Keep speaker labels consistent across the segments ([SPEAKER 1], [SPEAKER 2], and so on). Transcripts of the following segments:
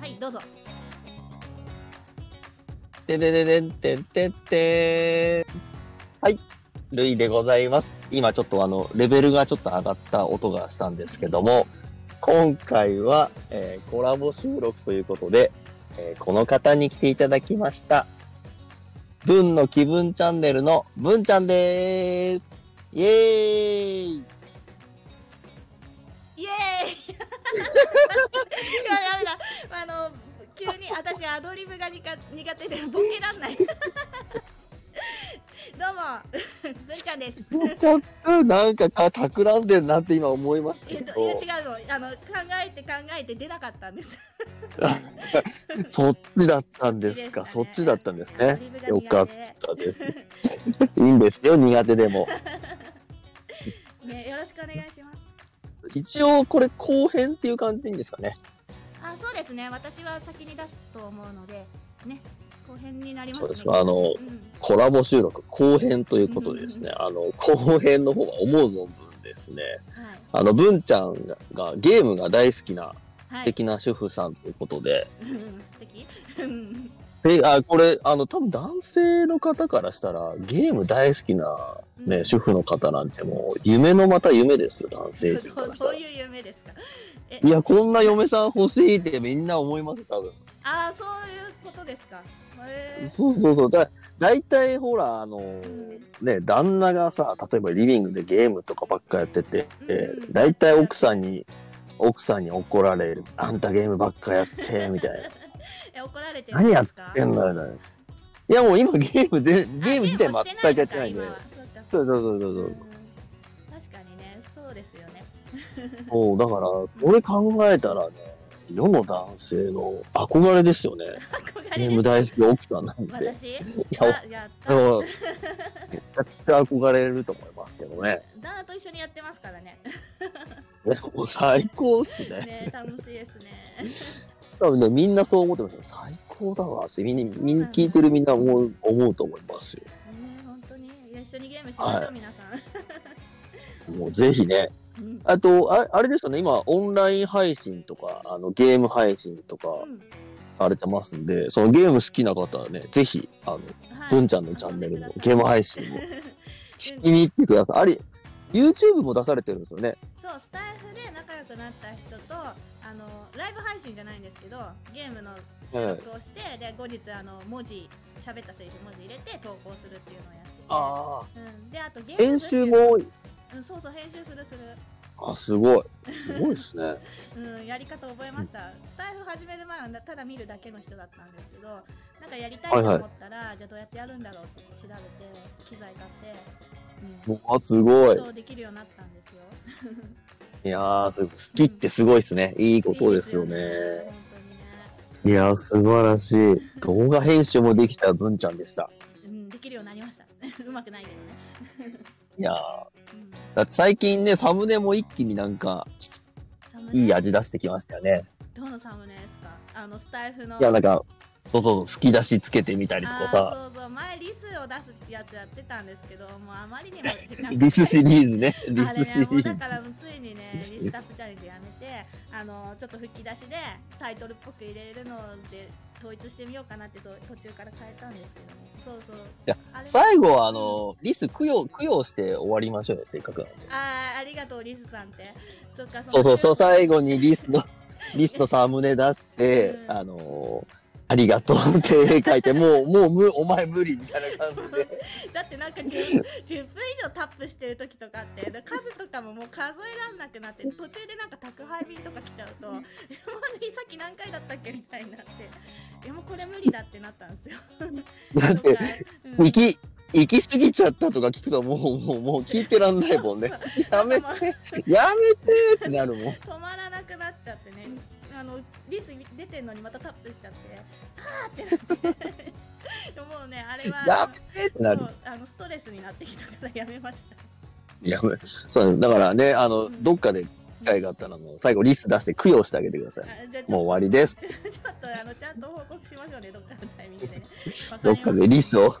[SPEAKER 1] はいどうぞ
[SPEAKER 2] てでででんてんてんてんはい。ルイでございます。今ちょっとあの、レベルがちょっと上がった音がしたんですけども、今回は、えーコラボ収録ということで、えーこの方に来ていただきました。文の気分チャンネルの文ちゃんでーす。イエーイ
[SPEAKER 1] イエーイ いやダメだあの急に私アドリブがにか苦手でボケらんない どうも 文ちゃんです
[SPEAKER 2] ちょっとなんかか企んでるなって今思いました
[SPEAKER 1] え
[SPEAKER 2] け
[SPEAKER 1] っと
[SPEAKER 2] ど、
[SPEAKER 1] いや違うのあの考えて考えて出なかったんです
[SPEAKER 2] そっちだったんですか、そっちだったんです
[SPEAKER 1] アド
[SPEAKER 2] ね。
[SPEAKER 1] リブが
[SPEAKER 2] よ
[SPEAKER 1] 苦
[SPEAKER 2] かっ
[SPEAKER 1] 手で
[SPEAKER 2] たです。いいんですよ、苦手でも。
[SPEAKER 1] ねよろしくお願いします
[SPEAKER 2] 一応これ後編っていう感じでいいんですかね。
[SPEAKER 1] あそうですね私は先に出すと思うのでね後編になります
[SPEAKER 2] そう
[SPEAKER 1] ね
[SPEAKER 2] ですね。あの、
[SPEAKER 1] うん
[SPEAKER 2] コラボ収録後編ということでですね、あの、後編の方は思う存分ですね、
[SPEAKER 1] はい
[SPEAKER 2] あの、文ちゃんががゲームが大好きな
[SPEAKER 1] は
[SPEAKER 2] 素
[SPEAKER 1] い
[SPEAKER 2] 敵な主婦さんということで、
[SPEAKER 1] うん素敵うん
[SPEAKER 2] であこれ、あの、多分男性の方からしたら、ゲーム大好きな、ね、主婦の方なんてもう、夢のまた夢ですよ、男性陣か
[SPEAKER 1] ど
[SPEAKER 2] ら
[SPEAKER 1] う
[SPEAKER 2] した
[SPEAKER 1] ど
[SPEAKER 2] ら
[SPEAKER 1] う。いう夢ですかえ
[SPEAKER 2] いや、こんな嫁さん欲しいってみんな思います、多分。
[SPEAKER 1] ああそういうことですかへー
[SPEAKER 2] そうそうそう。だ、だいたいほら、あのー
[SPEAKER 1] うん
[SPEAKER 2] ね、旦那がさ、例えばリビングでゲームとかばっかやってて
[SPEAKER 1] う、ん
[SPEAKER 2] だいたい奥さんに、奥さんに怒られる。あんたゲームばっかや って、みたいな。
[SPEAKER 1] え怒られて
[SPEAKER 2] 何やっ
[SPEAKER 1] んか
[SPEAKER 2] てんのよ、ね。いや、もう今ゲームで、ゲーム自体
[SPEAKER 1] あ
[SPEAKER 2] 全くやってないん
[SPEAKER 1] ゲ
[SPEAKER 2] で
[SPEAKER 1] ーム。をしてないのか今はそ
[SPEAKER 2] そううそうそうそう
[SPEAKER 1] う。
[SPEAKER 2] そううん
[SPEAKER 1] 確かにねそうですよね
[SPEAKER 2] そう、だから、それ考えたらね、世の男性の憧れですよね。
[SPEAKER 1] 憧れ
[SPEAKER 2] ゲーム大好き奥さんなんで。い
[SPEAKER 1] 私
[SPEAKER 2] や、
[SPEAKER 1] あやった
[SPEAKER 2] でも、めちゃくちゃ憧れると思いますけどね。
[SPEAKER 1] 旦那と一緒にやってますからね
[SPEAKER 2] ねもう最高っすね。
[SPEAKER 1] ね楽しいですね
[SPEAKER 2] 多分ね、みんなそう思ってますよ。最高だわって、みんな、みんな聞いてるみんな思う、思うと思いますよ。
[SPEAKER 1] ね本当にいや一緒にゲームしましょう、
[SPEAKER 2] はい
[SPEAKER 1] 皆さん。
[SPEAKER 2] もうぜひね。
[SPEAKER 1] うん
[SPEAKER 2] あと、ああれですよね、今、オンライン配信とか、あの、ゲーム配信とか、されてますんで、そのゲーム好きな方はね、ぜひ、あの、
[SPEAKER 1] はい
[SPEAKER 2] 文ちゃんのチャンネルのゲーム配信を聞
[SPEAKER 1] う
[SPEAKER 2] き
[SPEAKER 1] ん
[SPEAKER 2] に行ってください。あれ、YouTube も出されてるんですよね。
[SPEAKER 1] そうスタイフで仲良くなった人とあのライブ配信じゃないんですけどゲームの収録をして、で後日あの文字喋ったセリフ文字入れて投稿するっていうのをやってて
[SPEAKER 2] ああ。
[SPEAKER 1] うん、であとゲーム
[SPEAKER 2] 編集も多い、
[SPEAKER 1] うん、そうそう編集するする、
[SPEAKER 2] あ、すごい。すごいですね。
[SPEAKER 1] うん、やり方覚えました、スタイフ始める前はただ見るだけの人だったんですけどなんかやりたいと思ったら、じゃあどうやってやるんだろうって調べて機材買って、うん
[SPEAKER 2] もう、すごい。
[SPEAKER 1] そうできるようになったんですよ
[SPEAKER 2] いやー、す好きってすごいですね。いいことですよね。
[SPEAKER 1] いいですよね本
[SPEAKER 2] いやー、素晴らしい。動画編集もできた文ちゃんでした。
[SPEAKER 1] 当にね、うん、できるようになりました うまくないけどね、
[SPEAKER 2] いやー、
[SPEAKER 1] うん、
[SPEAKER 2] だって最近ね、サムネも一気になんか、
[SPEAKER 1] サムネ
[SPEAKER 2] いい味出してきましたよね。
[SPEAKER 1] どのサムネですかあのスタイフの
[SPEAKER 2] いや、なんか、そうそう吹き出しつけてみたりと
[SPEAKER 1] あ
[SPEAKER 2] か
[SPEAKER 1] ー
[SPEAKER 2] さ、
[SPEAKER 1] そうそう前リスを出すってやつやってたんですけどもうあまりにも時間
[SPEAKER 2] リスシリーズね。リ
[SPEAKER 1] あれ
[SPEAKER 2] スシ
[SPEAKER 1] ね、
[SPEAKER 2] リ
[SPEAKER 1] もう
[SPEAKER 2] ー
[SPEAKER 1] だ
[SPEAKER 2] ズ。
[SPEAKER 1] からついにね、リスタップチャレンジやめて、あのちょっと吹き出しでタイトルっぽく入れるので統一してみようかなってそう途中から変えたんですけどね。そうそう。
[SPEAKER 2] や
[SPEAKER 1] あれ
[SPEAKER 2] 最後は、あの、リス供養、供養して終わりましょうよ、せっかくなんで。
[SPEAKER 1] あーありがとうリスさんって。そっか
[SPEAKER 2] そうそうそう、
[SPEAKER 1] う。
[SPEAKER 2] 最後にリスの、リスのサムネ出して
[SPEAKER 1] う、ん
[SPEAKER 2] あのーありがとうって書いて、もう、もう無、お前無理みたい な感じで。
[SPEAKER 1] だってなんか 10, 10分以上タップしてる時とかあってで数とかももう数えらんなくなって途中でなんか宅配便とか来ちゃうと「えもうねさっき何回だったっけ?」みたいになって「いやもうこれ無理だ」ってなったんですよ。
[SPEAKER 2] だっ
[SPEAKER 1] と
[SPEAKER 2] て
[SPEAKER 1] か、 うん
[SPEAKER 2] 行き、行き過ぎちゃったとか聞くと、もう、もう、もう聞いてらんない もんね。やめて、やめてってなるもん。
[SPEAKER 1] 止まらなくなっちゃってねあのリス出てんのにまたタップしちゃってあーってなって もうねあれは
[SPEAKER 2] やめてってなる
[SPEAKER 1] そ。うあのストレスになってきたからやめました
[SPEAKER 2] やめ、そうなんです。だからね、あの、
[SPEAKER 1] うん
[SPEAKER 2] どっかで機会があったら、もう最後リス出して供養してあげてください。
[SPEAKER 1] あじゃあちょっと
[SPEAKER 2] もう終わりで す。
[SPEAKER 1] ちょちょっとあのちゃんと報告しましょうねどっかのタイミングでね、わかり
[SPEAKER 2] ど
[SPEAKER 1] ま
[SPEAKER 2] っ
[SPEAKER 1] した
[SPEAKER 2] かでリスを、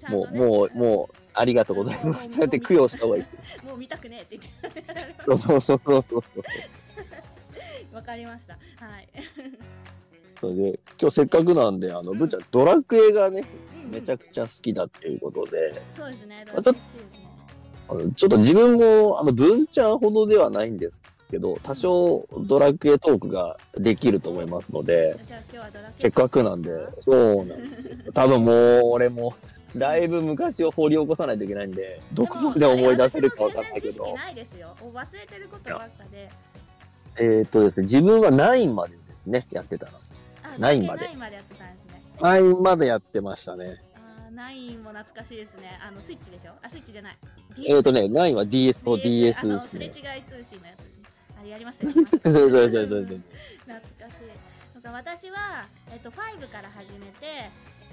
[SPEAKER 1] ちゃん
[SPEAKER 2] も
[SPEAKER 1] と
[SPEAKER 2] う、
[SPEAKER 1] ね
[SPEAKER 2] もう、もう、ありがとうございます。そうやって供養した方がいい。
[SPEAKER 1] もう見たくねえって言って
[SPEAKER 2] そうそうそうそうそう。
[SPEAKER 1] わかりましたはい
[SPEAKER 2] それで、今日せっかくなんで、あの、ぶんちゃん、ドラクエがね、
[SPEAKER 1] うん
[SPEAKER 2] めちゃくちゃ好きだっていうことで、
[SPEAKER 1] そうですね
[SPEAKER 2] まあちょっとあのちょっと自分も、あの、文ちゃんほどではないんですけど、多少ドラクエトークができると思いますので、
[SPEAKER 1] じゃあ今日はドラクエ
[SPEAKER 2] せっかくなんで、そうなんです。多分もう、俺も、だいぶ昔を掘り起こさないといけないんで、どこまで思い出せるかわかんな
[SPEAKER 1] 私も
[SPEAKER 2] いけ
[SPEAKER 1] 全然知識
[SPEAKER 2] ど、
[SPEAKER 1] ないですよお忘れてることばっかで
[SPEAKER 2] えーっ、とですね、自分は9までですね、やってたの。
[SPEAKER 1] あ
[SPEAKER 2] ないまで
[SPEAKER 1] ないまでやってたんですね
[SPEAKER 2] 9までやってましたね。
[SPEAKER 1] あーナインも懐かしいですねあのスイッチでしょあスイッチじゃない
[SPEAKER 2] えーっ、とね、9は DS と DS
[SPEAKER 1] あ
[SPEAKER 2] で
[SPEAKER 1] の
[SPEAKER 2] す
[SPEAKER 1] すれ違
[SPEAKER 2] ね
[SPEAKER 1] い。通信のやつあれやりましたよ
[SPEAKER 2] そうそうそうそうそうそう。
[SPEAKER 1] 懐かしいなんか私は、えっと、5から始めて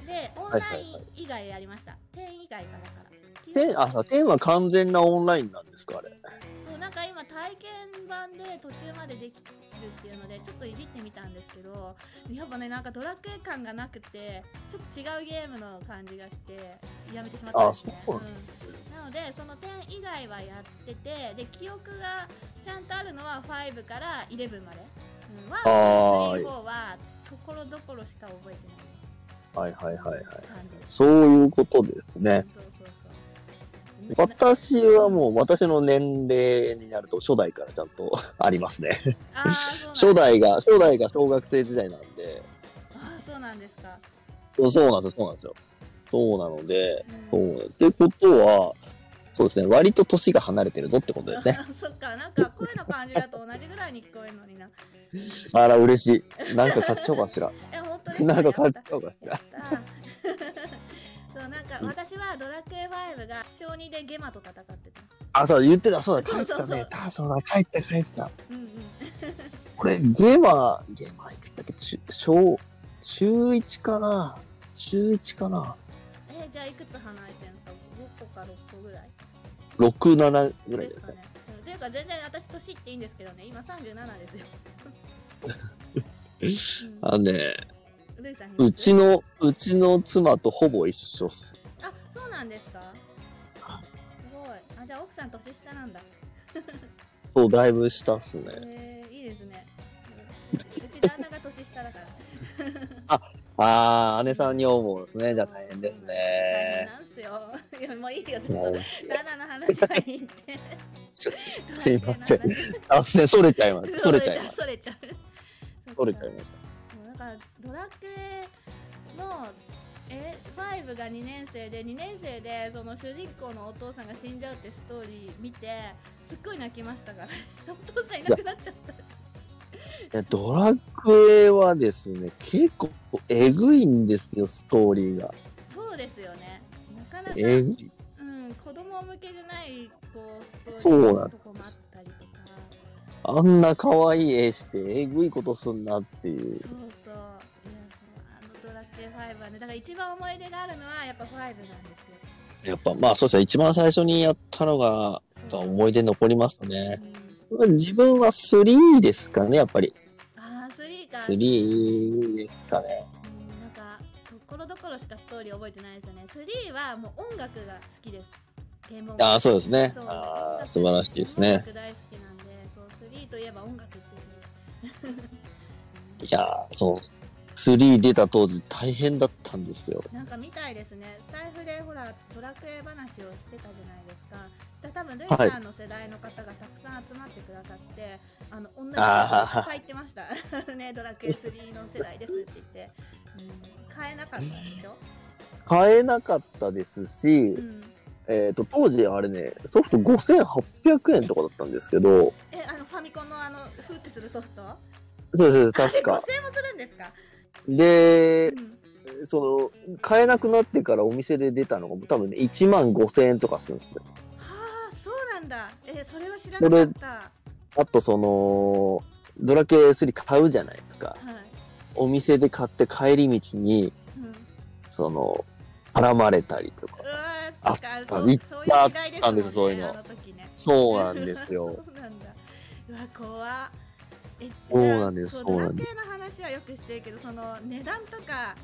[SPEAKER 1] でオンライン以外やりました、10以外からから
[SPEAKER 2] 天、あ、天は完全なオンラインなんですか、あれ。
[SPEAKER 1] そうなんか今体験版で途中までできるっていうのでちょっといじってみたんですけどやっぱねなんかドラクエ感がなくてちょっと違うゲームの感じがしてやめてしまったんですね
[SPEAKER 2] あそうなん
[SPEAKER 1] うんなのでその10以外はやっててで記憶がちゃんとあるのは5から11まで、うん、は
[SPEAKER 2] あー
[SPEAKER 1] 3 4はところどころしか覚えてな
[SPEAKER 2] はいはいはいは
[SPEAKER 1] い
[SPEAKER 2] い。
[SPEAKER 1] 感じです
[SPEAKER 2] そういうことですね。
[SPEAKER 1] そうそうそう
[SPEAKER 2] 私はもう私の年齢になると初代からちゃんと ありますね。
[SPEAKER 1] あーそうなん
[SPEAKER 2] 初代が、初代が小学生時代なんで、
[SPEAKER 1] あーそうなんですか、
[SPEAKER 2] そうなんですよ、そうなんですよ。そうなので、
[SPEAKER 1] うん
[SPEAKER 2] そうってことは、そうですね、割と年が離れてるぞってことです ね。
[SPEAKER 1] あ。 そっか、なんか声の感じだと同じぐらいに聞こえるのにな。
[SPEAKER 2] あら、嬉しい。なんか買っちゃおうかしら。
[SPEAKER 1] え、本当ですね
[SPEAKER 2] なんか買っ
[SPEAKER 1] やっ
[SPEAKER 2] ちゃおうかし
[SPEAKER 1] た
[SPEAKER 2] ら。
[SPEAKER 1] やった そう、なんか私はドラクエ5が小2でゲマと戦ってた。
[SPEAKER 2] あ、そうだ、言ってた、そうだ、
[SPEAKER 1] そ
[SPEAKER 2] 帰
[SPEAKER 1] う
[SPEAKER 2] っ
[SPEAKER 1] そうそう
[SPEAKER 2] たね。あそうだ、帰った、帰ってた。
[SPEAKER 1] うんうん。
[SPEAKER 2] これ、ゲマ、ゲマいくつだっけ中小、中1かな中1かな
[SPEAKER 1] え、じゃあいくつ離れてんすか ?5 個か6個ぐらい。
[SPEAKER 2] ?6、7ぐらいです
[SPEAKER 1] か
[SPEAKER 2] ね。
[SPEAKER 1] ね。うんというか全然私年いっていいんですけどね、今37ですよ。うん
[SPEAKER 2] あのね、
[SPEAKER 1] ルイさん
[SPEAKER 2] うちの、うちの妻とほぼ一緒っす。
[SPEAKER 1] あ、そうなんですかすごい。あ、じゃあ奥さん年下なんだ。
[SPEAKER 2] そう、だいぶ下っすね。
[SPEAKER 1] えー、いいです ね。うんうち旦那が年下だから。
[SPEAKER 2] あー、姉さん女房ですね。じゃあ大変です
[SPEAKER 1] 大変
[SPEAKER 2] ね。
[SPEAKER 1] なんすよ。いや、もういいよ、ちょ
[SPEAKER 2] も
[SPEAKER 1] っ
[SPEAKER 2] う
[SPEAKER 1] と。旦那の話はいいって。
[SPEAKER 2] ちょすいませんあ、すね、それちゃいます。それちゃいます。
[SPEAKER 1] それちゃう。
[SPEAKER 2] それちゃい
[SPEAKER 1] も
[SPEAKER 2] ました。
[SPEAKER 1] うだから、ドラクエの、え、5が2年生で、2年生で、その主人公のお父さんが死んじゃうってストーリー見て、すっごい泣きましたから。 お父さんいなくなっちゃった。
[SPEAKER 2] いやドラクエはですね、結構えぐいんですよ、ストーリーが。
[SPEAKER 1] そうですよね。なかなか。
[SPEAKER 2] えぐい。
[SPEAKER 1] うん、子供向けじゃないこうスト
[SPEAKER 2] そ
[SPEAKER 1] ーリ
[SPEAKER 2] う
[SPEAKER 1] ー
[SPEAKER 2] な
[SPEAKER 1] の
[SPEAKER 2] ん
[SPEAKER 1] とこもあったりとか
[SPEAKER 2] あんな可愛い絵して、えぐいことすんなっていう。
[SPEAKER 1] そうそういやそうあのドラクエ5はねだから一番思い出があるのはやっぱ5なんですよ
[SPEAKER 2] やっぱ、まあそうですね、一番最初にやったのが、やっぱ
[SPEAKER 1] そう
[SPEAKER 2] 思い出に残ります
[SPEAKER 1] う
[SPEAKER 2] ね。
[SPEAKER 1] ん、
[SPEAKER 2] 自分は3ですかね、やっぱり。
[SPEAKER 1] ああ3か、うん、
[SPEAKER 2] 3ですかね。
[SPEAKER 1] なんかところどころしかストーリー覚えてないですよね3はもう音楽が好きですゲーム音楽
[SPEAKER 2] ああ、そうですね
[SPEAKER 1] そう。
[SPEAKER 2] ああ、素晴らしいです
[SPEAKER 1] 音
[SPEAKER 2] ね。
[SPEAKER 1] 楽大好きなんでそう3といえば音楽っていうね
[SPEAKER 2] いやー、そう。3出た当時大変だったんですよ。
[SPEAKER 1] なんかみたいですね財布でほらドラクエ話をしてたじゃないですかだ多分ルイ
[SPEAKER 2] はい
[SPEAKER 1] さんの世代の方がたくさん集まってくださって、あの同じ
[SPEAKER 2] あー
[SPEAKER 1] こと入ってました ねドラクエ3の世代ですって言って、うん、買えなかったんでしょ、
[SPEAKER 2] 買えなかったですし
[SPEAKER 1] う、ん、
[SPEAKER 2] えっ、と、当時あれね、ソフト5800円とかだったんですけど、
[SPEAKER 1] えあのファミコンのあのフーってするソフト
[SPEAKER 2] そうです、
[SPEAKER 1] あれ
[SPEAKER 2] 確
[SPEAKER 1] 5000
[SPEAKER 2] か。
[SPEAKER 1] 円もするんですか、
[SPEAKER 2] で
[SPEAKER 1] う、ん、
[SPEAKER 2] その、買えなくなってからお店で出たのが多分ね、1万5千円とかするんですね。
[SPEAKER 1] はあそうなんだえそれは知ら
[SPEAKER 2] そ
[SPEAKER 1] な
[SPEAKER 2] れ
[SPEAKER 1] かったは
[SPEAKER 2] あとその、ドラクエ3買うじゃないですか。お店で買って帰り道に、
[SPEAKER 1] い、うん、う
[SPEAKER 2] その、絡まれたりとか。
[SPEAKER 1] わーそっか
[SPEAKER 2] あ
[SPEAKER 1] そう
[SPEAKER 2] いっ
[SPEAKER 1] そういう
[SPEAKER 2] ぱいあ
[SPEAKER 1] 時
[SPEAKER 2] っ
[SPEAKER 1] 代で
[SPEAKER 2] たんです
[SPEAKER 1] すもんね
[SPEAKER 2] そういうの
[SPEAKER 1] あの時ね
[SPEAKER 2] そうなんですよ。
[SPEAKER 1] そうなんだ。うわ、怖っえ
[SPEAKER 2] そうなんです
[SPEAKER 1] じゃあ
[SPEAKER 2] そうなんです
[SPEAKER 1] ドラクエの話はよくしてるけど、その値段とか、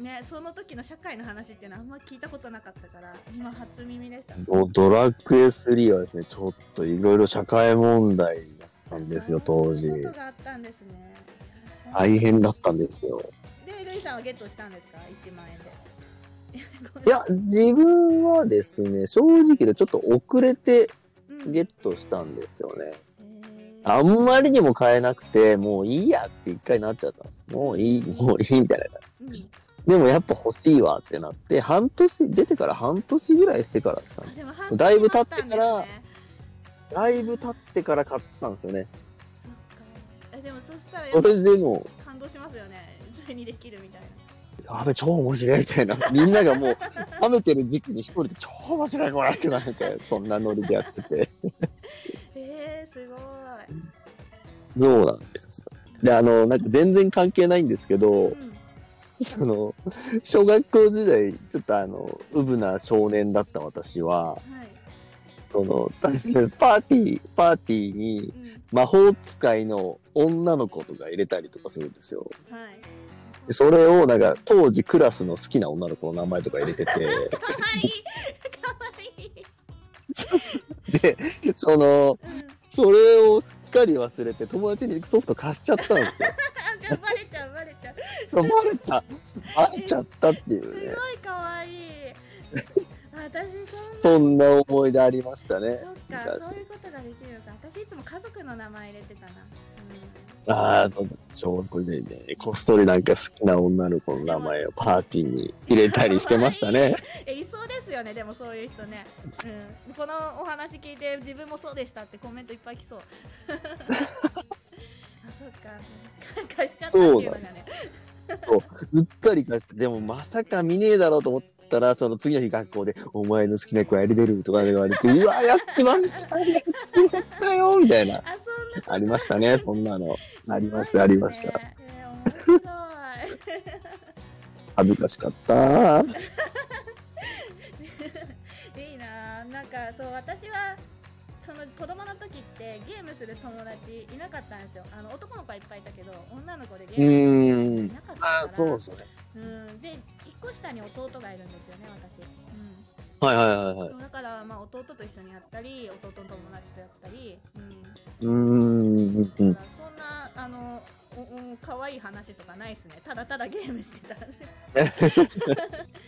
[SPEAKER 1] ねその時の社会の話っていうのはあんま聞いたことなかったから今初耳でした
[SPEAKER 2] そうドラクエ3はですね、ちょっといろいろ社会問題だったんですよ、当時
[SPEAKER 1] そ。んなことがあったんですね
[SPEAKER 2] 大変だったんですよ。
[SPEAKER 1] でルイさんはゲットしたんですか1万円で
[SPEAKER 2] いや、自分はですね、正直でちょっと遅れて
[SPEAKER 1] うん
[SPEAKER 2] ゲットしたんですよね。
[SPEAKER 1] えー
[SPEAKER 2] あんまりにも買えなくて、もういいやって一回なっちゃった。もういい、もういいみたいな。
[SPEAKER 1] うん
[SPEAKER 2] でもやっぱ欲しいわってなって、半年、出てから半年ぐらいしてからですか
[SPEAKER 1] あ
[SPEAKER 2] ね。
[SPEAKER 1] でも
[SPEAKER 2] だいぶ経ってから
[SPEAKER 1] 半年経ったんですね
[SPEAKER 2] だいぶ経ってから買ったんですよね。
[SPEAKER 1] そっかえでもそしたらや
[SPEAKER 2] そ
[SPEAKER 1] っぱ
[SPEAKER 2] れでも
[SPEAKER 1] 感動しますよね普通にできるみたいな
[SPEAKER 2] う、やべ、超面白いみたいな。 みんながもう、食べてる時期に一人で超面白いこれってなんか、そんなノリでやってて。
[SPEAKER 1] えー、すごい
[SPEAKER 2] そうなんですよ。で、あの、なんか全然関係ないんですけど、
[SPEAKER 1] うん
[SPEAKER 2] その、小学校時代、ちょっとあの、うぶな少年だった私は、
[SPEAKER 1] はい
[SPEAKER 2] その、パーティー、パーティーに
[SPEAKER 1] うん
[SPEAKER 2] 魔法使いの女の子とか入れたりとかするんですよ。
[SPEAKER 1] はい
[SPEAKER 2] でそれをなんか当時クラスの好きな女の子の名前とか入れてて、
[SPEAKER 1] かわいいかわいい、
[SPEAKER 2] で、その、
[SPEAKER 1] うん、
[SPEAKER 2] それをすっかり忘れて友達にソフト貸しちゃったんですよ。
[SPEAKER 1] あじゃあバレちゃうバレちゃう
[SPEAKER 2] バレた、バレちゃったってい
[SPEAKER 1] す
[SPEAKER 2] う
[SPEAKER 1] ご
[SPEAKER 2] ね、
[SPEAKER 1] い可愛い。私そんな。
[SPEAKER 2] そんな思い出ありましたね
[SPEAKER 1] そ。っか、そういうことができるのか。私いつも家族の名前入れてたな。
[SPEAKER 2] ああ、そうだ、小学校時代ね、こっそりなんか好きな女の子の名前をパーティーに入れたりしてましたね。
[SPEAKER 1] うん、えいそうですよね、でもそういう人ね、うん。このお話聞いて自分もそうでしたってコメントいっぱい 来そう。あそっか、感化しちゃったっていうのがね。
[SPEAKER 2] うっかり貸して、でもまさか見ねえだろうと思ったら、その次の日学校で、お前の好きな子やりてるとか言われて、うわ、やっちまった、やっちまったよ、みたいな。
[SPEAKER 1] あ、そんな
[SPEAKER 2] ありましたね、そんなの。ありました、ありました。。
[SPEAKER 1] えー面白い。
[SPEAKER 2] 恥ずかしかった。
[SPEAKER 1] いいなあなんかそう私はその子供の時ってゲームする友達いなかったんですよあの男の子はいっぱいいたけど女の子でゲ
[SPEAKER 2] う
[SPEAKER 1] ーム
[SPEAKER 2] ー
[SPEAKER 1] い
[SPEAKER 2] ん。
[SPEAKER 1] なかったから
[SPEAKER 2] ああ、そうですね。
[SPEAKER 1] うんで一個下に弟がいるんですよね私、
[SPEAKER 2] はいはいはいは
[SPEAKER 1] う
[SPEAKER 2] い
[SPEAKER 1] ん、。そうだからまあ弟と一緒にやったり弟の友達とやったり、う
[SPEAKER 2] うーん。うんん
[SPEAKER 1] だからそんなあのおお可愛い話とかないっすねただただゲームしてた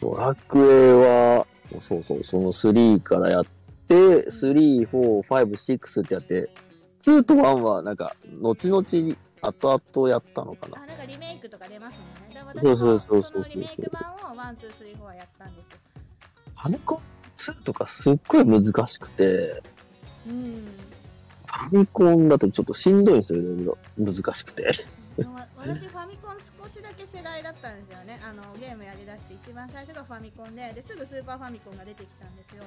[SPEAKER 2] ドラクエは、そうそう、その3からやって、3、4、5、6ってやって、2と1はなんか、後々、後々やったのかな。
[SPEAKER 1] あなんかリメイクとか出ますもんねだから私
[SPEAKER 2] そうそう
[SPEAKER 1] も
[SPEAKER 2] そうそう
[SPEAKER 1] のリメイク版をワンツースリーフォーはやったんですよ
[SPEAKER 2] ファミコン2とかすっごい難しくて、
[SPEAKER 1] うん
[SPEAKER 2] ファミコンだとちょっとしんどいんですよ、いろいろ難しくて。
[SPEAKER 1] でも 私ファミコン少しだけ世代だったんですよねあのゲームやりだして一番最初がファミコンでですぐスーパーファミコンが出てきたんですよ、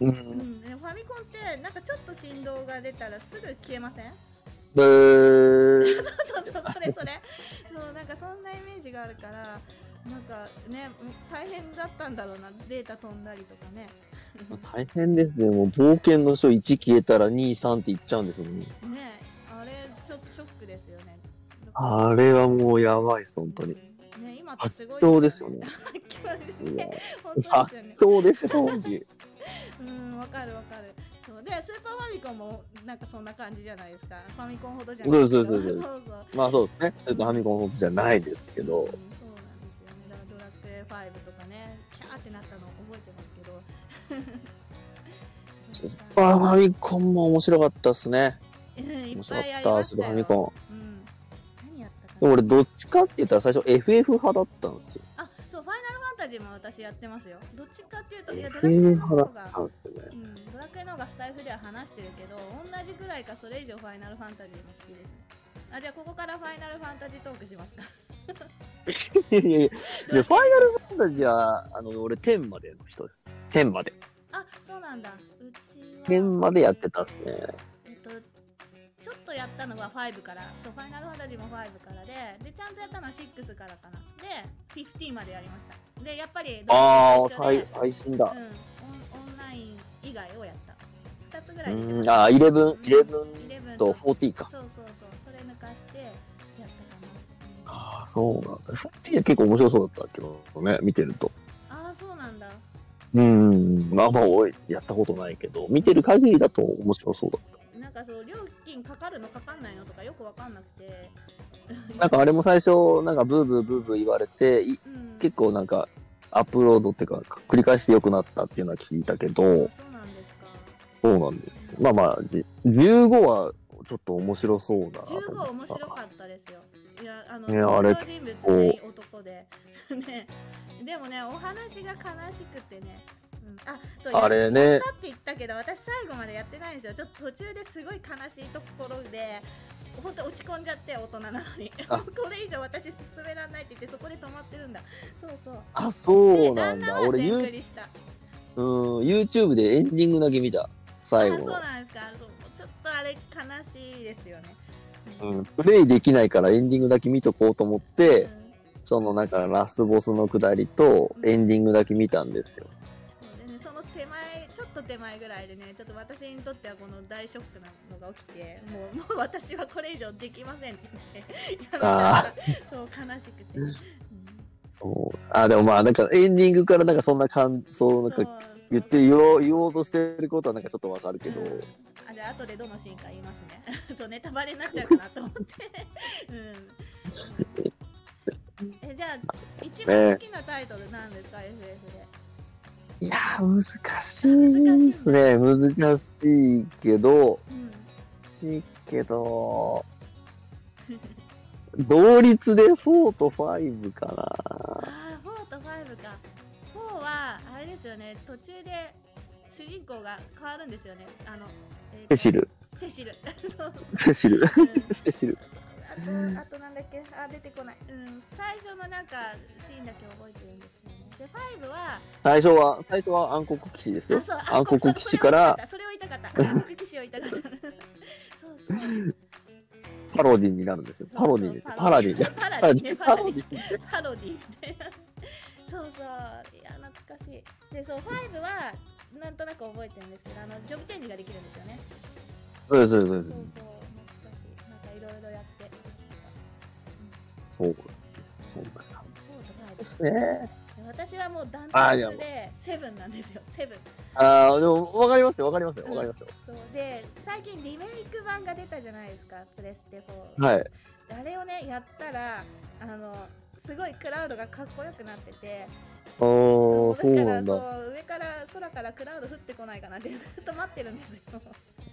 [SPEAKER 2] う。
[SPEAKER 1] うんん、でもファミコンってなんかちょっと振動が出たらすぐ消えません
[SPEAKER 2] で、う
[SPEAKER 1] そうそうそうそれそれそうなんかそんなイメージがあるからなんかね大変だったんだろうなデータ飛んだりとかね
[SPEAKER 2] 大変ですね。もう冒険の書1消えたら2、3っていっちゃうんですよね。
[SPEAKER 1] ねあれちょっとショックですよね
[SPEAKER 2] あれはもうやばいです、本当に。
[SPEAKER 1] うんね今ってすごい
[SPEAKER 2] 発狂ですよね
[SPEAKER 1] 発狂
[SPEAKER 2] うわ
[SPEAKER 1] ね本当ですよね
[SPEAKER 2] そうです、当 時。
[SPEAKER 1] うんわかるわかるそうでスーパーファミコンもなんかそんな感じじゃないですかファミコンほどじゃないですけど
[SPEAKER 2] そうそうそうそう
[SPEAKER 1] そうそう
[SPEAKER 2] まあそうですね。ちょっとファミコンほどじゃないですけ
[SPEAKER 1] うんそう。
[SPEAKER 2] ど
[SPEAKER 1] なんですよねだからドラクエ5とかねキャーってなったの覚えてますけど
[SPEAKER 2] スーパーファミコンも面白かったですね。
[SPEAKER 1] うんいっ
[SPEAKER 2] 面白
[SPEAKER 1] ぱ
[SPEAKER 2] か
[SPEAKER 1] いあ
[SPEAKER 2] っ
[SPEAKER 1] り
[SPEAKER 2] た、
[SPEAKER 1] ま
[SPEAKER 2] ス
[SPEAKER 1] し
[SPEAKER 2] ーパ
[SPEAKER 1] たよ
[SPEAKER 2] ーファミコ
[SPEAKER 1] うん何やったか
[SPEAKER 2] ン。でも
[SPEAKER 1] な
[SPEAKER 2] 俺、どっちかって言ったら最初 FF 派だったんですよ。
[SPEAKER 1] あそうファイナルファンタジーも私やってますよどっちかっていうといやドラクエ
[SPEAKER 2] FF
[SPEAKER 1] の
[SPEAKER 2] 派
[SPEAKER 1] 方
[SPEAKER 2] だっ
[SPEAKER 1] が
[SPEAKER 2] たんですよね。
[SPEAKER 1] うん、ドラクエの方がスタイフでは話してるけど同じくらいかそれ以上ファイナルファンタジーも好きですあじゃあここからファイナルファンタジートークしますか
[SPEAKER 2] いやいやいや、でファイナルファンタジーは、あの、俺、天までの人です。天まで。
[SPEAKER 1] あそうなんだうちは
[SPEAKER 2] 天までやってたっすね。
[SPEAKER 1] えっとちょっとやったのが5からそうファイナルファンタジーも5からででちゃんとやったのは6からかなで15までやりましたでやっぱりド
[SPEAKER 2] あ
[SPEAKER 1] ラ
[SPEAKER 2] あ、
[SPEAKER 1] クエと一緒で
[SPEAKER 2] 最、最新だ。
[SPEAKER 1] うん、オンオンライン以外をやった2つぐ
[SPEAKER 2] う
[SPEAKER 1] らいできま
[SPEAKER 2] ん
[SPEAKER 1] し、た
[SPEAKER 2] ああ、11、
[SPEAKER 1] 11
[SPEAKER 2] 11と40か。
[SPEAKER 1] そうそうそうそれ抜かしてやったかな、うん
[SPEAKER 2] ああ、そうなんだ。フッティーヤ結構面白そうだったけどね、見てると。
[SPEAKER 1] ああそうなんだ
[SPEAKER 2] うんうんうん。あんまおいやったことないけど、見てる限りだと面白そうだっ
[SPEAKER 1] なんかそう料金かかるのかかんないのとかよくわかんなくて
[SPEAKER 2] た。なんかあれも最初、なんかブーブーブーブー言われて、い
[SPEAKER 1] うん
[SPEAKER 2] 結構なんか、アップロードっていうか、繰り返して良くなったっていうのは聞いたけど、
[SPEAKER 1] そうなんですか
[SPEAKER 2] そうなんです。まあまあ、じ15はちょっと面白そうだなと思った。
[SPEAKER 1] 15面白かったですよいやあの
[SPEAKER 2] ねあれ
[SPEAKER 1] 登場人物全員男で ねでもねお話が悲しくてね、うん、あそう
[SPEAKER 2] あれね
[SPEAKER 1] やったって言ったけど私最後までやってないんですよちょっと途中ですごい悲しいところで本当落ち込んじゃって大人なのに
[SPEAKER 2] あ
[SPEAKER 1] これ以上私進められないって言ってそこで止まってるんだそうそう
[SPEAKER 2] あ、そうなん
[SPEAKER 1] で旦那
[SPEAKER 2] だ。
[SPEAKER 1] は
[SPEAKER 2] 俺、
[SPEAKER 1] 全
[SPEAKER 2] ゆ
[SPEAKER 1] ク
[SPEAKER 2] う
[SPEAKER 1] リしたあ
[SPEAKER 2] うん、YouTube でエンディングだけ見た。最
[SPEAKER 1] そ
[SPEAKER 2] 後
[SPEAKER 1] う
[SPEAKER 2] の。
[SPEAKER 1] なんですかそうちょっとあれ悲しいですよねうん
[SPEAKER 2] うん、プレイできないからエンディングだけ見とこうと思って、
[SPEAKER 1] うん
[SPEAKER 2] そのなんかラスボスの下りとエンディングだけ見たんですよ。
[SPEAKER 1] そうでね、その手前ちょっと手前ぐらいでねちょっと私にとってはこの大ショックなのが起きてもうもう私はこれ以上できませんって言ってやめちゃったそう悲しくて、うん
[SPEAKER 2] そうあ、でもまあなんかエンディングからなんかそんな感想なん
[SPEAKER 1] そう
[SPEAKER 2] か言って言おう言おうとしてることはなんかちょっとわかるけど、
[SPEAKER 1] うんあれ後でどのシーンか言いますね そうネタバレになっちゃうかなと思って、 うん、えじゃあ一番好きなタイトルなんですか、SF で
[SPEAKER 2] いやー難しいですね。難しいけど、
[SPEAKER 1] うん
[SPEAKER 2] 難しいけど、同率で4と5かな。
[SPEAKER 1] ああ4と5か4はあれですよね途中で主人公が変わるんですよねあの、えー
[SPEAKER 2] セシル。
[SPEAKER 1] セシル そう
[SPEAKER 2] セシル。
[SPEAKER 1] そう、うん
[SPEAKER 2] セシル。
[SPEAKER 1] あと、あとなんだっけ、あ、出てこない。うん、最初のなんか、シーンだけ覚えてるんですけどね。で、ファイブは、
[SPEAKER 2] 最初は、最初は暗黒騎士ですよ。暗黒騎士から
[SPEAKER 1] それを言いたか った。暗黒騎士を言いたかった。そうそう。
[SPEAKER 2] パロディになるんですよ。パロディに。パラディに。
[SPEAKER 1] パラ
[SPEAKER 2] パロ
[SPEAKER 1] ディ
[SPEAKER 2] デ
[SPEAKER 1] ね。
[SPEAKER 2] ィ。
[SPEAKER 1] パ
[SPEAKER 2] パ
[SPEAKER 1] ラ
[SPEAKER 2] ロ
[SPEAKER 1] デ
[SPEAKER 2] デ
[SPEAKER 1] ィ
[SPEAKER 2] ィ。に。
[SPEAKER 1] パロディみたいな。 そうそう。いや、懐かしい。で、そう、ファイブは、なんとなく覚えてるんですけど、あの、ジョブチェンジができるんですよね。
[SPEAKER 2] そうですそうで
[SPEAKER 1] そ
[SPEAKER 2] す
[SPEAKER 1] うそう、懐かしい。なんかいろいろやって。
[SPEAKER 2] そうです。そうな
[SPEAKER 1] そ
[SPEAKER 2] ん
[SPEAKER 1] うとファイブ
[SPEAKER 2] ですね。
[SPEAKER 1] 私はもうダン
[SPEAKER 2] あ
[SPEAKER 1] ト
[SPEAKER 2] ーいや
[SPEAKER 1] ツでセブンなんですよ、セブン。
[SPEAKER 2] ああ、でも、わかりますよ、わかりますよ、わかりますよ。
[SPEAKER 1] そうで、最近リメイク版が出たじゃないですか、プレステ4。
[SPEAKER 2] はい。
[SPEAKER 1] あれをね、やったら、あの、すごいクラウドがかっこよくなってて、
[SPEAKER 2] おー、
[SPEAKER 1] だ
[SPEAKER 2] そ
[SPEAKER 1] か
[SPEAKER 2] う
[SPEAKER 1] ら
[SPEAKER 2] なんだ。
[SPEAKER 1] そう上から、空からクラウド降ってこないかなってずっと待ってるんですよ。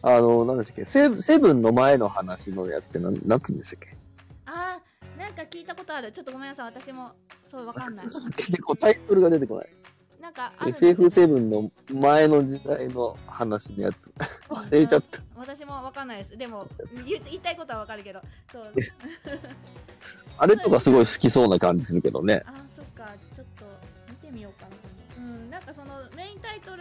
[SPEAKER 2] あの、なんでしたっけ、セブンセブンの前の話のやつってなん、なんつうんでしたっけ
[SPEAKER 1] あー、なんか聞いたことある。ちょっとごめんなさい、私も、そう、わか んない。
[SPEAKER 2] 結構タイトルが出てこない。
[SPEAKER 1] なんかあるんですよね
[SPEAKER 2] FF7 の前の時代の話のやつ。忘れちゃった。
[SPEAKER 1] 私もわかんないです。でも、言言いたいことはわかるけど。そう。
[SPEAKER 2] あれとかすごい好きそうな感じするけどね。
[SPEAKER 1] あーそっかちょっと見てみようかなうんなんかそのメインタイトル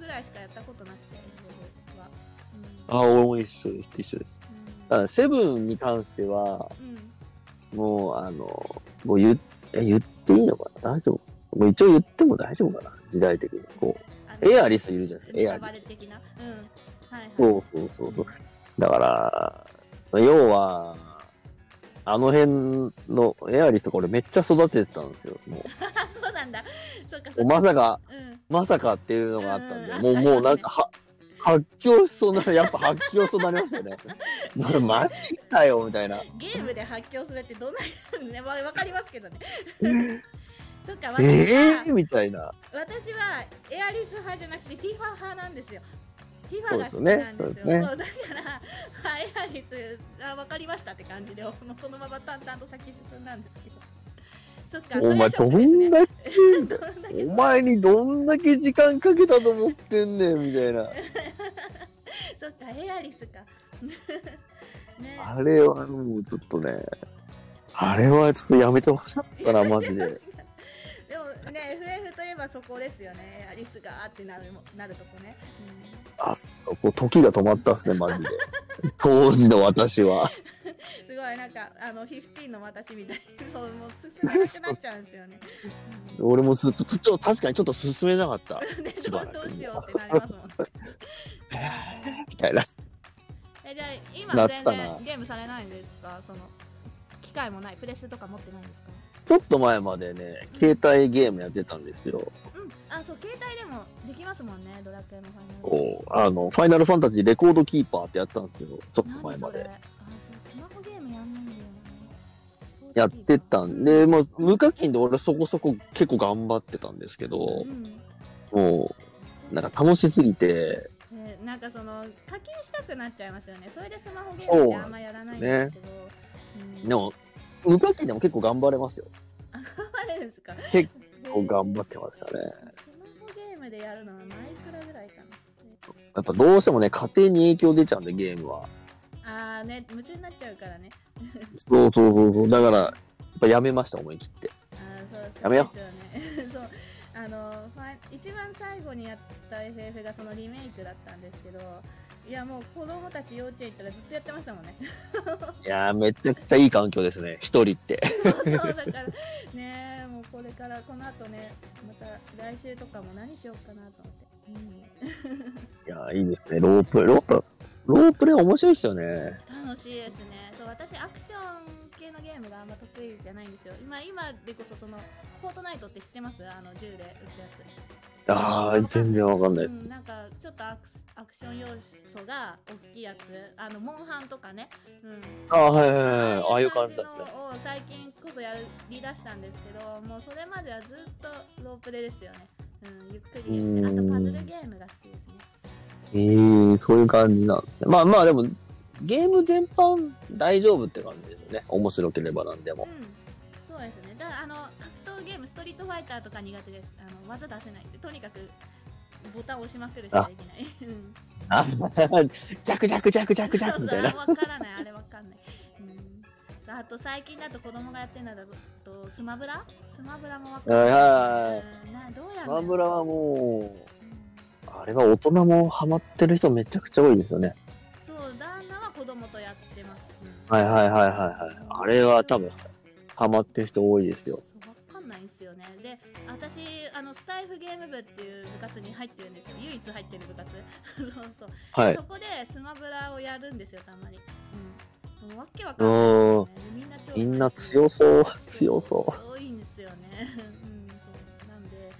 [SPEAKER 1] ぐらいしかやったことなくて SF は
[SPEAKER 2] あ、俺も一緒です。一緒です。
[SPEAKER 1] うん
[SPEAKER 2] ただ、セブンに関しては、
[SPEAKER 1] うん、うん、
[SPEAKER 2] もう、あの、もう言っえ言っていいのかな大丈夫もう一応言っても大丈夫かな時代的に。こ
[SPEAKER 1] あ
[SPEAKER 2] う、エアリスいるじゃないですか、エ
[SPEAKER 1] ネ
[SPEAKER 2] ア
[SPEAKER 1] タ
[SPEAKER 2] リ
[SPEAKER 1] バレ的なうんはいはい
[SPEAKER 2] ス。そうそうそうそう。だから、要は、あの辺のエアリスとか俺めっちゃ育ててたんですよ。も
[SPEAKER 1] あそうなんだそっかそうっか
[SPEAKER 2] まさか、
[SPEAKER 1] うん
[SPEAKER 2] まさかっていうのがあったんで、
[SPEAKER 1] うん
[SPEAKER 2] もう、
[SPEAKER 1] あ
[SPEAKER 2] もうなんか、は、発狂しそうな、やっぱ発狂しそうになりましたよね。 なんかマジかよ、みたいな。
[SPEAKER 1] ゲームで発狂するってどんなね わわかりますけ どねそっか私
[SPEAKER 2] え
[SPEAKER 1] は、
[SPEAKER 2] えー、みたいな。
[SPEAKER 1] 私はエアリス派じゃなくてティファ派なんですよ。ティファ
[SPEAKER 2] そう
[SPEAKER 1] が
[SPEAKER 2] です
[SPEAKER 1] 好き
[SPEAKER 2] よね
[SPEAKER 1] なんですよ。
[SPEAKER 2] そうですね
[SPEAKER 1] そうだから、あエアリス、あ、わかりましたって感じで、もう そのまま淡々と先進んだんですけど。そっか、
[SPEAKER 2] お前、
[SPEAKER 1] それ
[SPEAKER 2] ど
[SPEAKER 1] はショックですね
[SPEAKER 2] んだけ、
[SPEAKER 1] どんだけ
[SPEAKER 2] お前にどんだけ時間かけたと思ってんねん、みたいな。
[SPEAKER 1] そっか、エアリスか。 ね
[SPEAKER 2] あれはもうちょっとね、あれはちょっとやめてほしかったな、マジで。
[SPEAKER 1] でもね、FF といえばそこですよね。エアリスがーってなるもなるとこね。
[SPEAKER 2] あそこ、時が止まったっすね、マジで。当時の私
[SPEAKER 1] う
[SPEAKER 2] は。
[SPEAKER 1] ん、すごい、なんか、あの、15の私みたいに、そう、もう進めなくなっちゃうんですよね。うん
[SPEAKER 2] 俺もずっと、ちょっと確かにちょっと進めなかった。
[SPEAKER 1] ね
[SPEAKER 2] し
[SPEAKER 1] ど
[SPEAKER 2] ば
[SPEAKER 1] う
[SPEAKER 2] らく
[SPEAKER 1] どうしようってなりますもんね。
[SPEAKER 2] みたいな。
[SPEAKER 1] えじゃあ
[SPEAKER 2] な
[SPEAKER 1] 今
[SPEAKER 2] った
[SPEAKER 1] 全
[SPEAKER 2] な
[SPEAKER 1] 然ゲームされないんですかその期械もないプレスとか持ってないんですか
[SPEAKER 2] ちょっと前までね、携帯ゲームやってたんですよ。
[SPEAKER 1] うんあそう携帯でもできますもんねドラクエのファイナル
[SPEAKER 2] こうあの、ファイナルファンタジーレコードキーパーってやったんですよ。ちょっと前
[SPEAKER 1] 何
[SPEAKER 2] ま
[SPEAKER 1] それ
[SPEAKER 2] で。
[SPEAKER 1] あそうスマホゲームやんないんだよね
[SPEAKER 2] やってたんで、もう無課金で俺そこそこ結構頑張ってたんですけ
[SPEAKER 1] う
[SPEAKER 2] ど、
[SPEAKER 1] ん
[SPEAKER 2] もう、なんか楽しすぎて、
[SPEAKER 1] ねなんかその課金したくなっちゃいますよねそれでスマホゲームってあんまやらないんですけどうん
[SPEAKER 2] でも、無課金でも結構頑張れますよ。
[SPEAKER 1] あれですか
[SPEAKER 2] 結
[SPEAKER 1] 構
[SPEAKER 2] 頑張ってましたね
[SPEAKER 1] スマホゲームでやるのはマイクラぐらいかな
[SPEAKER 2] やっぱどうしてもね、家庭に影響出ちゃうんで、ゲームは。
[SPEAKER 1] ああね夢中になっちゃうからね
[SPEAKER 2] そうそうそうそう。だから、やっぱやめました、思い切って。
[SPEAKER 1] あーそう
[SPEAKER 2] やめよ
[SPEAKER 1] そうですよね そうあのファイ一番最後にやった FF がそのリメイクだったんですけどいやもう子供たち幼稚園行ったらずっとやってましたもんね
[SPEAKER 2] いやー、めちゃくちゃいい環境ですね、一人って。
[SPEAKER 1] そうそうだから ねもうこれからこの後ねまた来週とかも何しようかなと思って、
[SPEAKER 2] いやー、いいですね、ロープレイ。ロープロープレイ面白いですよね。
[SPEAKER 1] うん、楽しいですねそう私アクション系のゲームがあんま得意じゃないんですよ今今でこそそのフォートナイトって知ってますあの銃で撃つやつ
[SPEAKER 2] あー、全然わかんないで
[SPEAKER 1] うん、なんかちょっとアクスアクション要素が大きいやつあのモンハンとかね、うん、
[SPEAKER 2] あー、はいはいはい。ああいう感じなんですね
[SPEAKER 1] ああい。う感じのを最近こそやりだしたんですけどもうそれまではずっとロープレですよね、うん、ゆっくりやってあ
[SPEAKER 2] う
[SPEAKER 1] と
[SPEAKER 2] ん
[SPEAKER 1] パズルゲームが好きですね
[SPEAKER 2] えー、そういう感じなんですね。まあまあ、でも、ゲーム全般大丈夫って感じですよね。面白ければなんで
[SPEAKER 1] う
[SPEAKER 2] も。
[SPEAKER 1] んそうですねだからあの格闘ゲームストリートファイターとか苦手ですあの技出せないってとにかくボタン押しまくるしかできないうん
[SPEAKER 2] あ、 ジャクジャクジャクジャクジャクみたいな。
[SPEAKER 1] そうそうわからない、あれわかんない。うん、あと最近だと子供がやってるのだとスマブラスマブラもわかんない。
[SPEAKER 2] はいはい
[SPEAKER 1] うんなどうやる
[SPEAKER 2] ス
[SPEAKER 1] の
[SPEAKER 2] マブラはもう、
[SPEAKER 1] うん
[SPEAKER 2] あれは大人もハマってる人めちゃくちゃ多いですよね。
[SPEAKER 1] そう、旦那は子供とやってます。うん
[SPEAKER 2] はいはいはいはいはい。あれは多分、ハマってる人多いですよ。
[SPEAKER 1] そうわかんないんですよね。で、私、あのスタイフゲーム部っていう部活に入ってるんですよ。唯一入ってる部活。 そうそう。
[SPEAKER 2] はい
[SPEAKER 1] そ。こでスマブラをやるんですよ、たまに。うん。もうわけわかんないです
[SPEAKER 2] う
[SPEAKER 1] よ
[SPEAKER 2] ん。
[SPEAKER 1] ね、みんな超。
[SPEAKER 2] みんな強そう。強そう
[SPEAKER 1] 多いんですよね。 うん、そうなんで、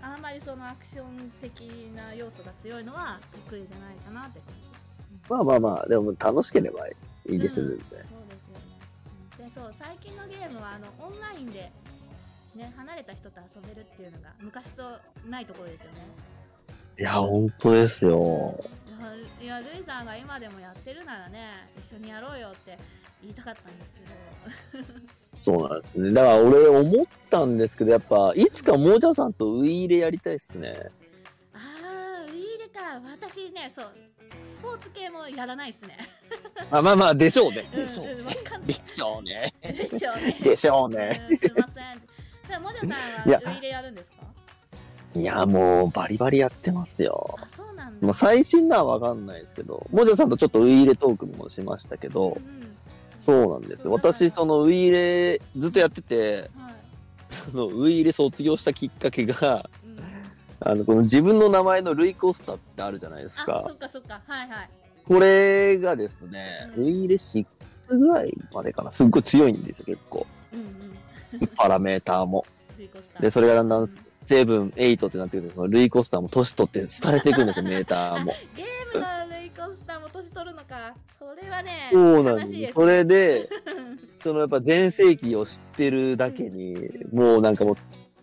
[SPEAKER 1] うん、あんまりそのアクション的な要素が強いのは得意じゃないかなって感じ。
[SPEAKER 2] う。まあまあまあ、でも楽しければいいですよね。
[SPEAKER 1] そうですよね。うんで、そう、最近のゲームはあのオンラインで。ね、離れた人と遊べるっていうのが昔とないところですよね。
[SPEAKER 2] いや、本当ですよ。
[SPEAKER 1] いや、いやルイさんが今でもやってるならね、一緒にやろうよって言いたかったんですけど。
[SPEAKER 2] そうなんですね。だから俺思ったんですけど、やっぱ、いつかもじゃさんとウイイレやりたいっすね。
[SPEAKER 1] あー、ウィーレか、私ね、そう、スポーツ系もやらないですね。
[SPEAKER 2] あまあまあ、でしょうね。
[SPEAKER 1] うん
[SPEAKER 2] でしょうね
[SPEAKER 1] ん、。わかん
[SPEAKER 2] で
[SPEAKER 1] ない。
[SPEAKER 2] しょうね。
[SPEAKER 1] でしょうね。
[SPEAKER 2] でしょう
[SPEAKER 1] う
[SPEAKER 2] ね。
[SPEAKER 1] ん、すいません。じゃあ、もじゃさん
[SPEAKER 2] いや
[SPEAKER 1] はウィーレやるんですか
[SPEAKER 2] いや、もうバリバリやってますよ。
[SPEAKER 1] あ、そうなんだ。
[SPEAKER 2] もう最新のはわかんないですけど、もじゃさんとちょっとウイイレトークもしましたけど
[SPEAKER 1] う、ん
[SPEAKER 2] そうなんです。私、そのウイイレずっとやってて、
[SPEAKER 1] うん、はい。
[SPEAKER 2] そのウイイレ卒業したきっかけが、
[SPEAKER 1] うん、
[SPEAKER 2] あの、この自分の名前のルイコスタってあるじゃないです
[SPEAKER 1] あ、そ
[SPEAKER 2] か。
[SPEAKER 1] っかそっか。はいはい。
[SPEAKER 2] これがですね、
[SPEAKER 1] うん
[SPEAKER 2] ウイイレ6ぐらいまでかな。すっごい強いんですよ、結構。
[SPEAKER 1] うんうん。
[SPEAKER 2] パラメーターも。
[SPEAKER 1] ルイコスター。
[SPEAKER 2] で、それがだんだん、セブン、エイトってなってくると、そのルイコスターも年取って廃れていくんですよ、メーターも。
[SPEAKER 1] ゲームのルイコスターも年取るのか。それはね、
[SPEAKER 2] そうなん
[SPEAKER 1] 悲
[SPEAKER 2] です
[SPEAKER 1] しいです。
[SPEAKER 2] そ れで、そのやっぱ全盛期を知ってるだけに、もうなんかもう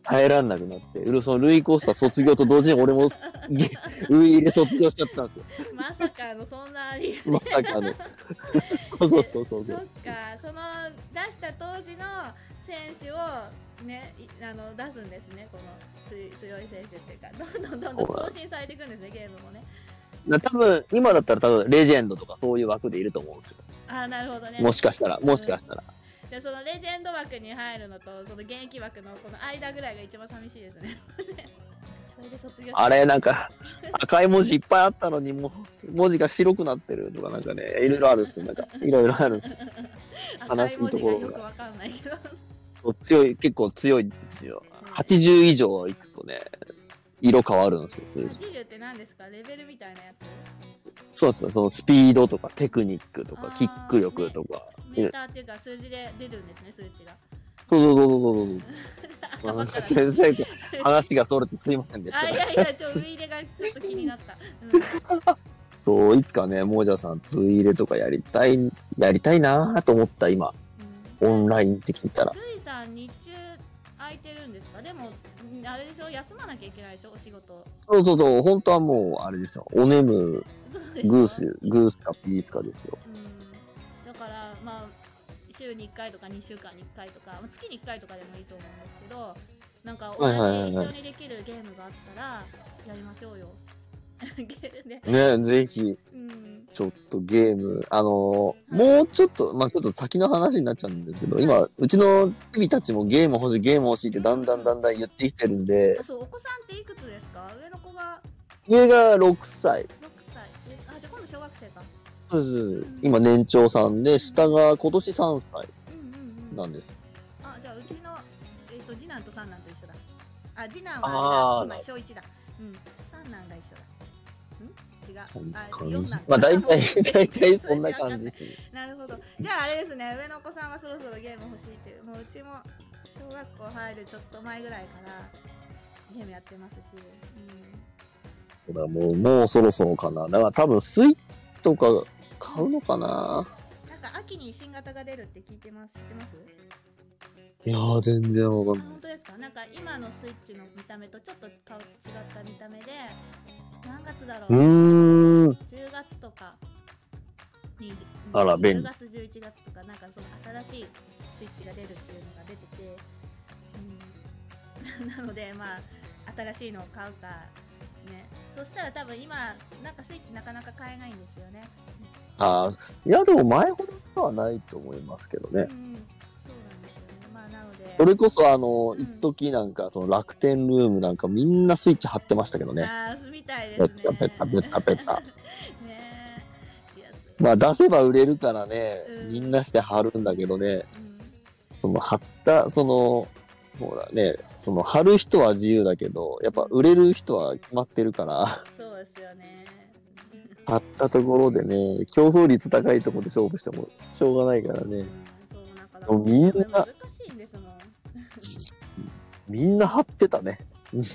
[SPEAKER 2] 耐えらんなくなって、うるそのルイコースター卒業と同時に 俺もげウイイレ卒業しちゃったんですよ。
[SPEAKER 1] まさかのそんな理由。
[SPEAKER 2] まさ かの。そうそうそうそ
[SPEAKER 1] そっ
[SPEAKER 2] う。
[SPEAKER 1] か、その出した当時の選手をね、いあの出すんですね、このつ強い選手っていうか、どんどんどんどん
[SPEAKER 2] そうなん
[SPEAKER 1] 更新されていくんですね、ゲームもね。
[SPEAKER 2] な多分、今だったら多分レジェンドとかそういう枠でいると思うんですよ。
[SPEAKER 1] あーなるほどね。
[SPEAKER 2] もしかしたら、もしかしたら。
[SPEAKER 1] でそのレジェンド枠に入るのと、その現役枠のこの間ぐらいが一番寂しいですね。それで卒業。
[SPEAKER 2] あれ、なんか、赤い文字いっぱいあったのに、もう、文字が白くなってるとか、なんかね、いろいろあるんですよ。なんか、いろいろあるんですよ
[SPEAKER 1] 赤い文字が
[SPEAKER 2] 悲しいところが
[SPEAKER 1] よくわかんないけど。
[SPEAKER 2] そう。強い、結構強いんですよ。80以上いくとね、色変わるんですよ、数字。
[SPEAKER 1] 80って何ですかレベルみたいなやつ
[SPEAKER 2] そうですね、そのスピードとかテクニックと
[SPEAKER 1] あ
[SPEAKER 2] か
[SPEAKER 1] ー
[SPEAKER 2] キック力とか。
[SPEAKER 1] メーターっていうか数字で出るんですね数値が。
[SPEAKER 2] そうそうそうそうそうそう。
[SPEAKER 1] わ
[SPEAKER 2] なん
[SPEAKER 1] か
[SPEAKER 2] か
[SPEAKER 1] ん
[SPEAKER 2] ら先生と話がそれてすいませんでし
[SPEAKER 1] あい
[SPEAKER 2] た。
[SPEAKER 1] やいやちょっと上入れがちょっと気にな った。うん
[SPEAKER 2] そう、いつかね、モージャさんと入れとかやりたい、やりたいなぁと思った今、オンラインって聞いたら。
[SPEAKER 1] ルイさん日中空いてるんですかでもんあれでしょ休まなきゃいけないでしょお仕 事
[SPEAKER 2] そうそうそう、本当はもう、あれですよ。おねむ、
[SPEAKER 1] そうでしょ
[SPEAKER 2] グース、グースかピースかですよ。
[SPEAKER 1] うんだからまあ週に1回とか2週間に1回とかまあ月に1回とかでもいいと思うんですけどなんか同
[SPEAKER 2] はいはいは
[SPEAKER 1] じ
[SPEAKER 2] い
[SPEAKER 1] 一
[SPEAKER 2] はい
[SPEAKER 1] 緒にできるゲームがあったらやりましょ うよゲームね
[SPEAKER 2] ね、ぜひ、
[SPEAKER 1] うん
[SPEAKER 2] ちょっとゲーム、あのーもうちょっと、まあちょっと先の話になっちゃうんですけど、今、うちの君たちもゲーム欲しい、ゲーム欲しいってだんだんだんだん言ってきてるんで
[SPEAKER 1] あ、そうお子さんっていくつですか上の子が
[SPEAKER 2] 上が6歳、
[SPEAKER 1] 6歳えあじゃあ今度小学生か
[SPEAKER 2] そうそうそう今年長さんで、下が今年3歳
[SPEAKER 1] うんうんうん
[SPEAKER 2] なんです。
[SPEAKER 1] あじゃあうちの、えー、と次男と三男と一緒だあ次男
[SPEAKER 2] あ
[SPEAKER 1] は
[SPEAKER 2] ー
[SPEAKER 1] 今小一だうん三男が一緒だ
[SPEAKER 2] こんなん
[SPEAKER 1] 違う
[SPEAKER 2] 感
[SPEAKER 1] あ四
[SPEAKER 2] じ
[SPEAKER 1] 男。
[SPEAKER 2] ま あ大体、大体そんな感じですね。
[SPEAKER 1] なるほどじゃああれですね上のお子さんはそろそろゲーム欲しいっていうもううちも小学校入るちょっと前ぐらいからゲームやってますし、う、
[SPEAKER 2] そうだもう、もうそろそろかな。だから多分、スイッチとか買うのかなん
[SPEAKER 1] なんか秋に新型が出るって聞いてます知ってます
[SPEAKER 2] いやー、全然わか
[SPEAKER 1] あ
[SPEAKER 2] んない
[SPEAKER 1] 本当。ですかなんか今のスイッチの見た目とちょっと顔違った見た目で何月だろう
[SPEAKER 2] うーん。
[SPEAKER 1] 10月とかに
[SPEAKER 2] あら便利
[SPEAKER 1] 10月11月とかなんかその新しいスイッチが出るっていうのが出てて、うん、 なのでまあ新しいのを買うかねそしたら多分今なんかスイッチなかなか買えないんですよね
[SPEAKER 2] ああ、いや、でも前ほどはないと思いますけど
[SPEAKER 1] うん
[SPEAKER 2] ね。
[SPEAKER 1] そうなんですよねまあなので
[SPEAKER 2] それこそあの、
[SPEAKER 1] うん
[SPEAKER 2] 一時なんか、その楽天ルームなんかみんなスイッチ貼ってましたけどね。
[SPEAKER 1] あーみたいです
[SPEAKER 2] ペ
[SPEAKER 1] ね
[SPEAKER 2] タペタペタペタ。
[SPEAKER 1] ねえいやそう
[SPEAKER 2] まあ出せば売れるからね
[SPEAKER 1] う、ん
[SPEAKER 2] みんなして貼るんだけどね、
[SPEAKER 1] うん
[SPEAKER 2] その貼った、その、ほらね、その貼る人は自由だけど、やっぱ売れる人は決まってるから、
[SPEAKER 1] そうですよねうん
[SPEAKER 2] 貼ったところでね、競争率高いところで勝負してもしょうがないから
[SPEAKER 1] う
[SPEAKER 2] ね
[SPEAKER 1] ん、そうなんかだ
[SPEAKER 2] でもみんな
[SPEAKER 1] 難しいんですもん
[SPEAKER 2] みんな貼ってたね、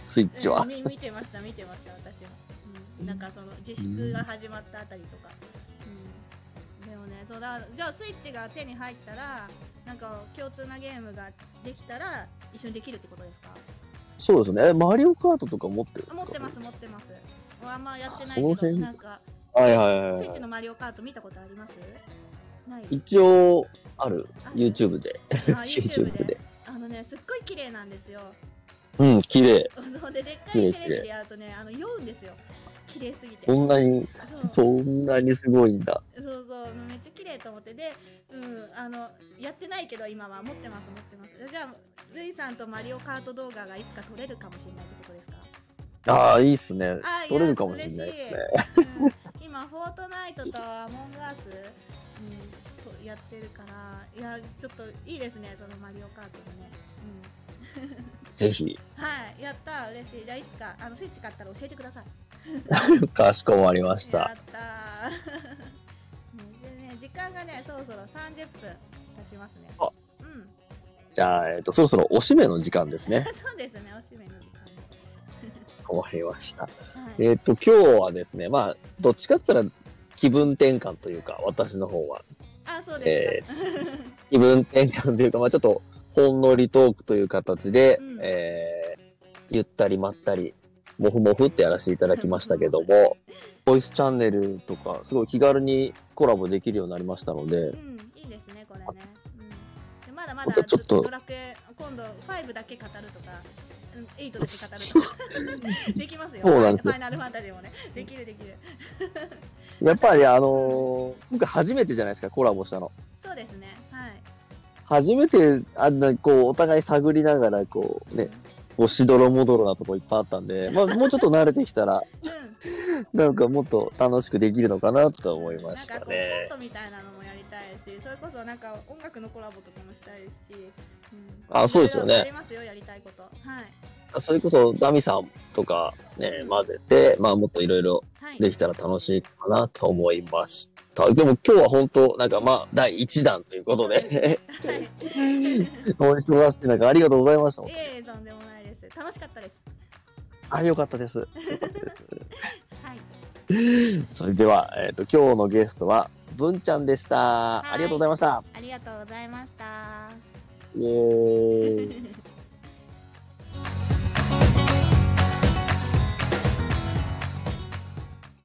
[SPEAKER 2] スイッチは。
[SPEAKER 1] み見てました見てました私も、うん、なんかその自粛が始まったあたりとか、うん、でもねそうだじゃあスイッチが手に入ったらなんか共通なゲームができたら一緒にできるってことですか
[SPEAKER 2] そうですね。えマリオカートとか持ってるんですか
[SPEAKER 1] 持ってます持ってます俺あんまやってな
[SPEAKER 2] あその
[SPEAKER 1] いけど
[SPEAKER 2] 辺
[SPEAKER 1] なんか
[SPEAKER 2] はいはいはい
[SPEAKER 1] スイ
[SPEAKER 2] は
[SPEAKER 1] ッ
[SPEAKER 2] い
[SPEAKER 1] チ。のマリオカート見たことありますない
[SPEAKER 2] 一応ある
[SPEAKER 1] あ
[SPEAKER 2] YouTube で
[SPEAKER 1] あ
[SPEAKER 2] YouTube で
[SPEAKER 1] あのねすっごい綺麗なんですよ
[SPEAKER 2] うん綺麗
[SPEAKER 1] そうででっかい
[SPEAKER 2] 綺麗
[SPEAKER 1] テ
[SPEAKER 2] 綺麗
[SPEAKER 1] レビでやるとねあの酔うんですよ綺麗すぎて
[SPEAKER 2] そんなに
[SPEAKER 1] そう
[SPEAKER 2] そんなにすごいんだ
[SPEAKER 1] そうそうめっちゃ綺麗と思ってで、うん、あのやってないけど今は持ってます持ってますじゃあルイさんとマリオカート動画がいつか撮れるかもしれないってことですか
[SPEAKER 2] ああいいっすね
[SPEAKER 1] あー
[SPEAKER 2] 撮れるかもしれないですね
[SPEAKER 1] 嬉しいうん今フォートナイトとアモンガース、うん、とやってるからいやちょっといいですねそのマリオカートもね、
[SPEAKER 2] ぜひ
[SPEAKER 1] うん、はいやった嬉しいじゃあいつかあのスイッチ買ったら教えてください
[SPEAKER 2] かしこまりました
[SPEAKER 1] やったー ねでね時間がねそろそろ30分経ちますね
[SPEAKER 2] あ
[SPEAKER 1] うん
[SPEAKER 2] じゃあ、えっとそろそろおしめの時間ですね
[SPEAKER 1] そうですね、おしめの時間
[SPEAKER 2] 終わりました
[SPEAKER 1] で。はい。
[SPEAKER 2] えっと今日はですねまあどっちかって言ったら気分転換というか私の方は
[SPEAKER 1] あ、そうですか。
[SPEAKER 2] 気分転換というかまあちょっとほんのりトークという形で、
[SPEAKER 1] うん
[SPEAKER 2] えーゆったりまったりもふもふってやらせていただきましたけど もボイスチャンネルとかすごい気軽にコラボできるようになりましたので
[SPEAKER 1] うん、いいですね、これね。うん。でまだま
[SPEAKER 2] ま
[SPEAKER 1] だ
[SPEAKER 2] たちょっと
[SPEAKER 1] ドラクエ今度5だけ語るとか、うん、8だけ語るとか できますよ。
[SPEAKER 2] そうなんです
[SPEAKER 1] フ
[SPEAKER 2] よ
[SPEAKER 1] ァイナルファンタジーもね、できるできる。
[SPEAKER 2] やっぱりあのー僕初めてじゃないですかコラボしたの
[SPEAKER 1] そうですね、はい。
[SPEAKER 2] 初めてあんなこうお互い探りながらこうねこうしどろもどろなとこいっぱいあったんで、まあ、もうちょっと慣れてきたら
[SPEAKER 1] う
[SPEAKER 2] なんかもっと楽しくできるのかなと
[SPEAKER 1] ん。
[SPEAKER 2] 思いました
[SPEAKER 1] なんかこう
[SPEAKER 2] ね
[SPEAKER 1] コントみたいなのもやりたいし、それこそなんか音楽のコラボとかもしたいし。うん
[SPEAKER 2] あそうですよ
[SPEAKER 1] い
[SPEAKER 2] ね
[SPEAKER 1] ろいろありますよ、やりたいこと。はい。
[SPEAKER 2] それこそダミさんとかね、混ぜて、まあもっといろいろ
[SPEAKER 1] はい。
[SPEAKER 2] できたら楽しいかなと思いました。でも今日は本当、なんかまあ第1弾ということ で、
[SPEAKER 1] はい。
[SPEAKER 2] お忙しい中ありがとうございました。
[SPEAKER 1] ええとんでもないです。楽しかったです。
[SPEAKER 2] あ、よかったです。よかったです。
[SPEAKER 1] はい。
[SPEAKER 2] それでは、えっ、と、今日のゲストは、文ちゃんでした。
[SPEAKER 1] い
[SPEAKER 2] ありがとうございました。
[SPEAKER 1] ありがとうございました。
[SPEAKER 2] イエーイ。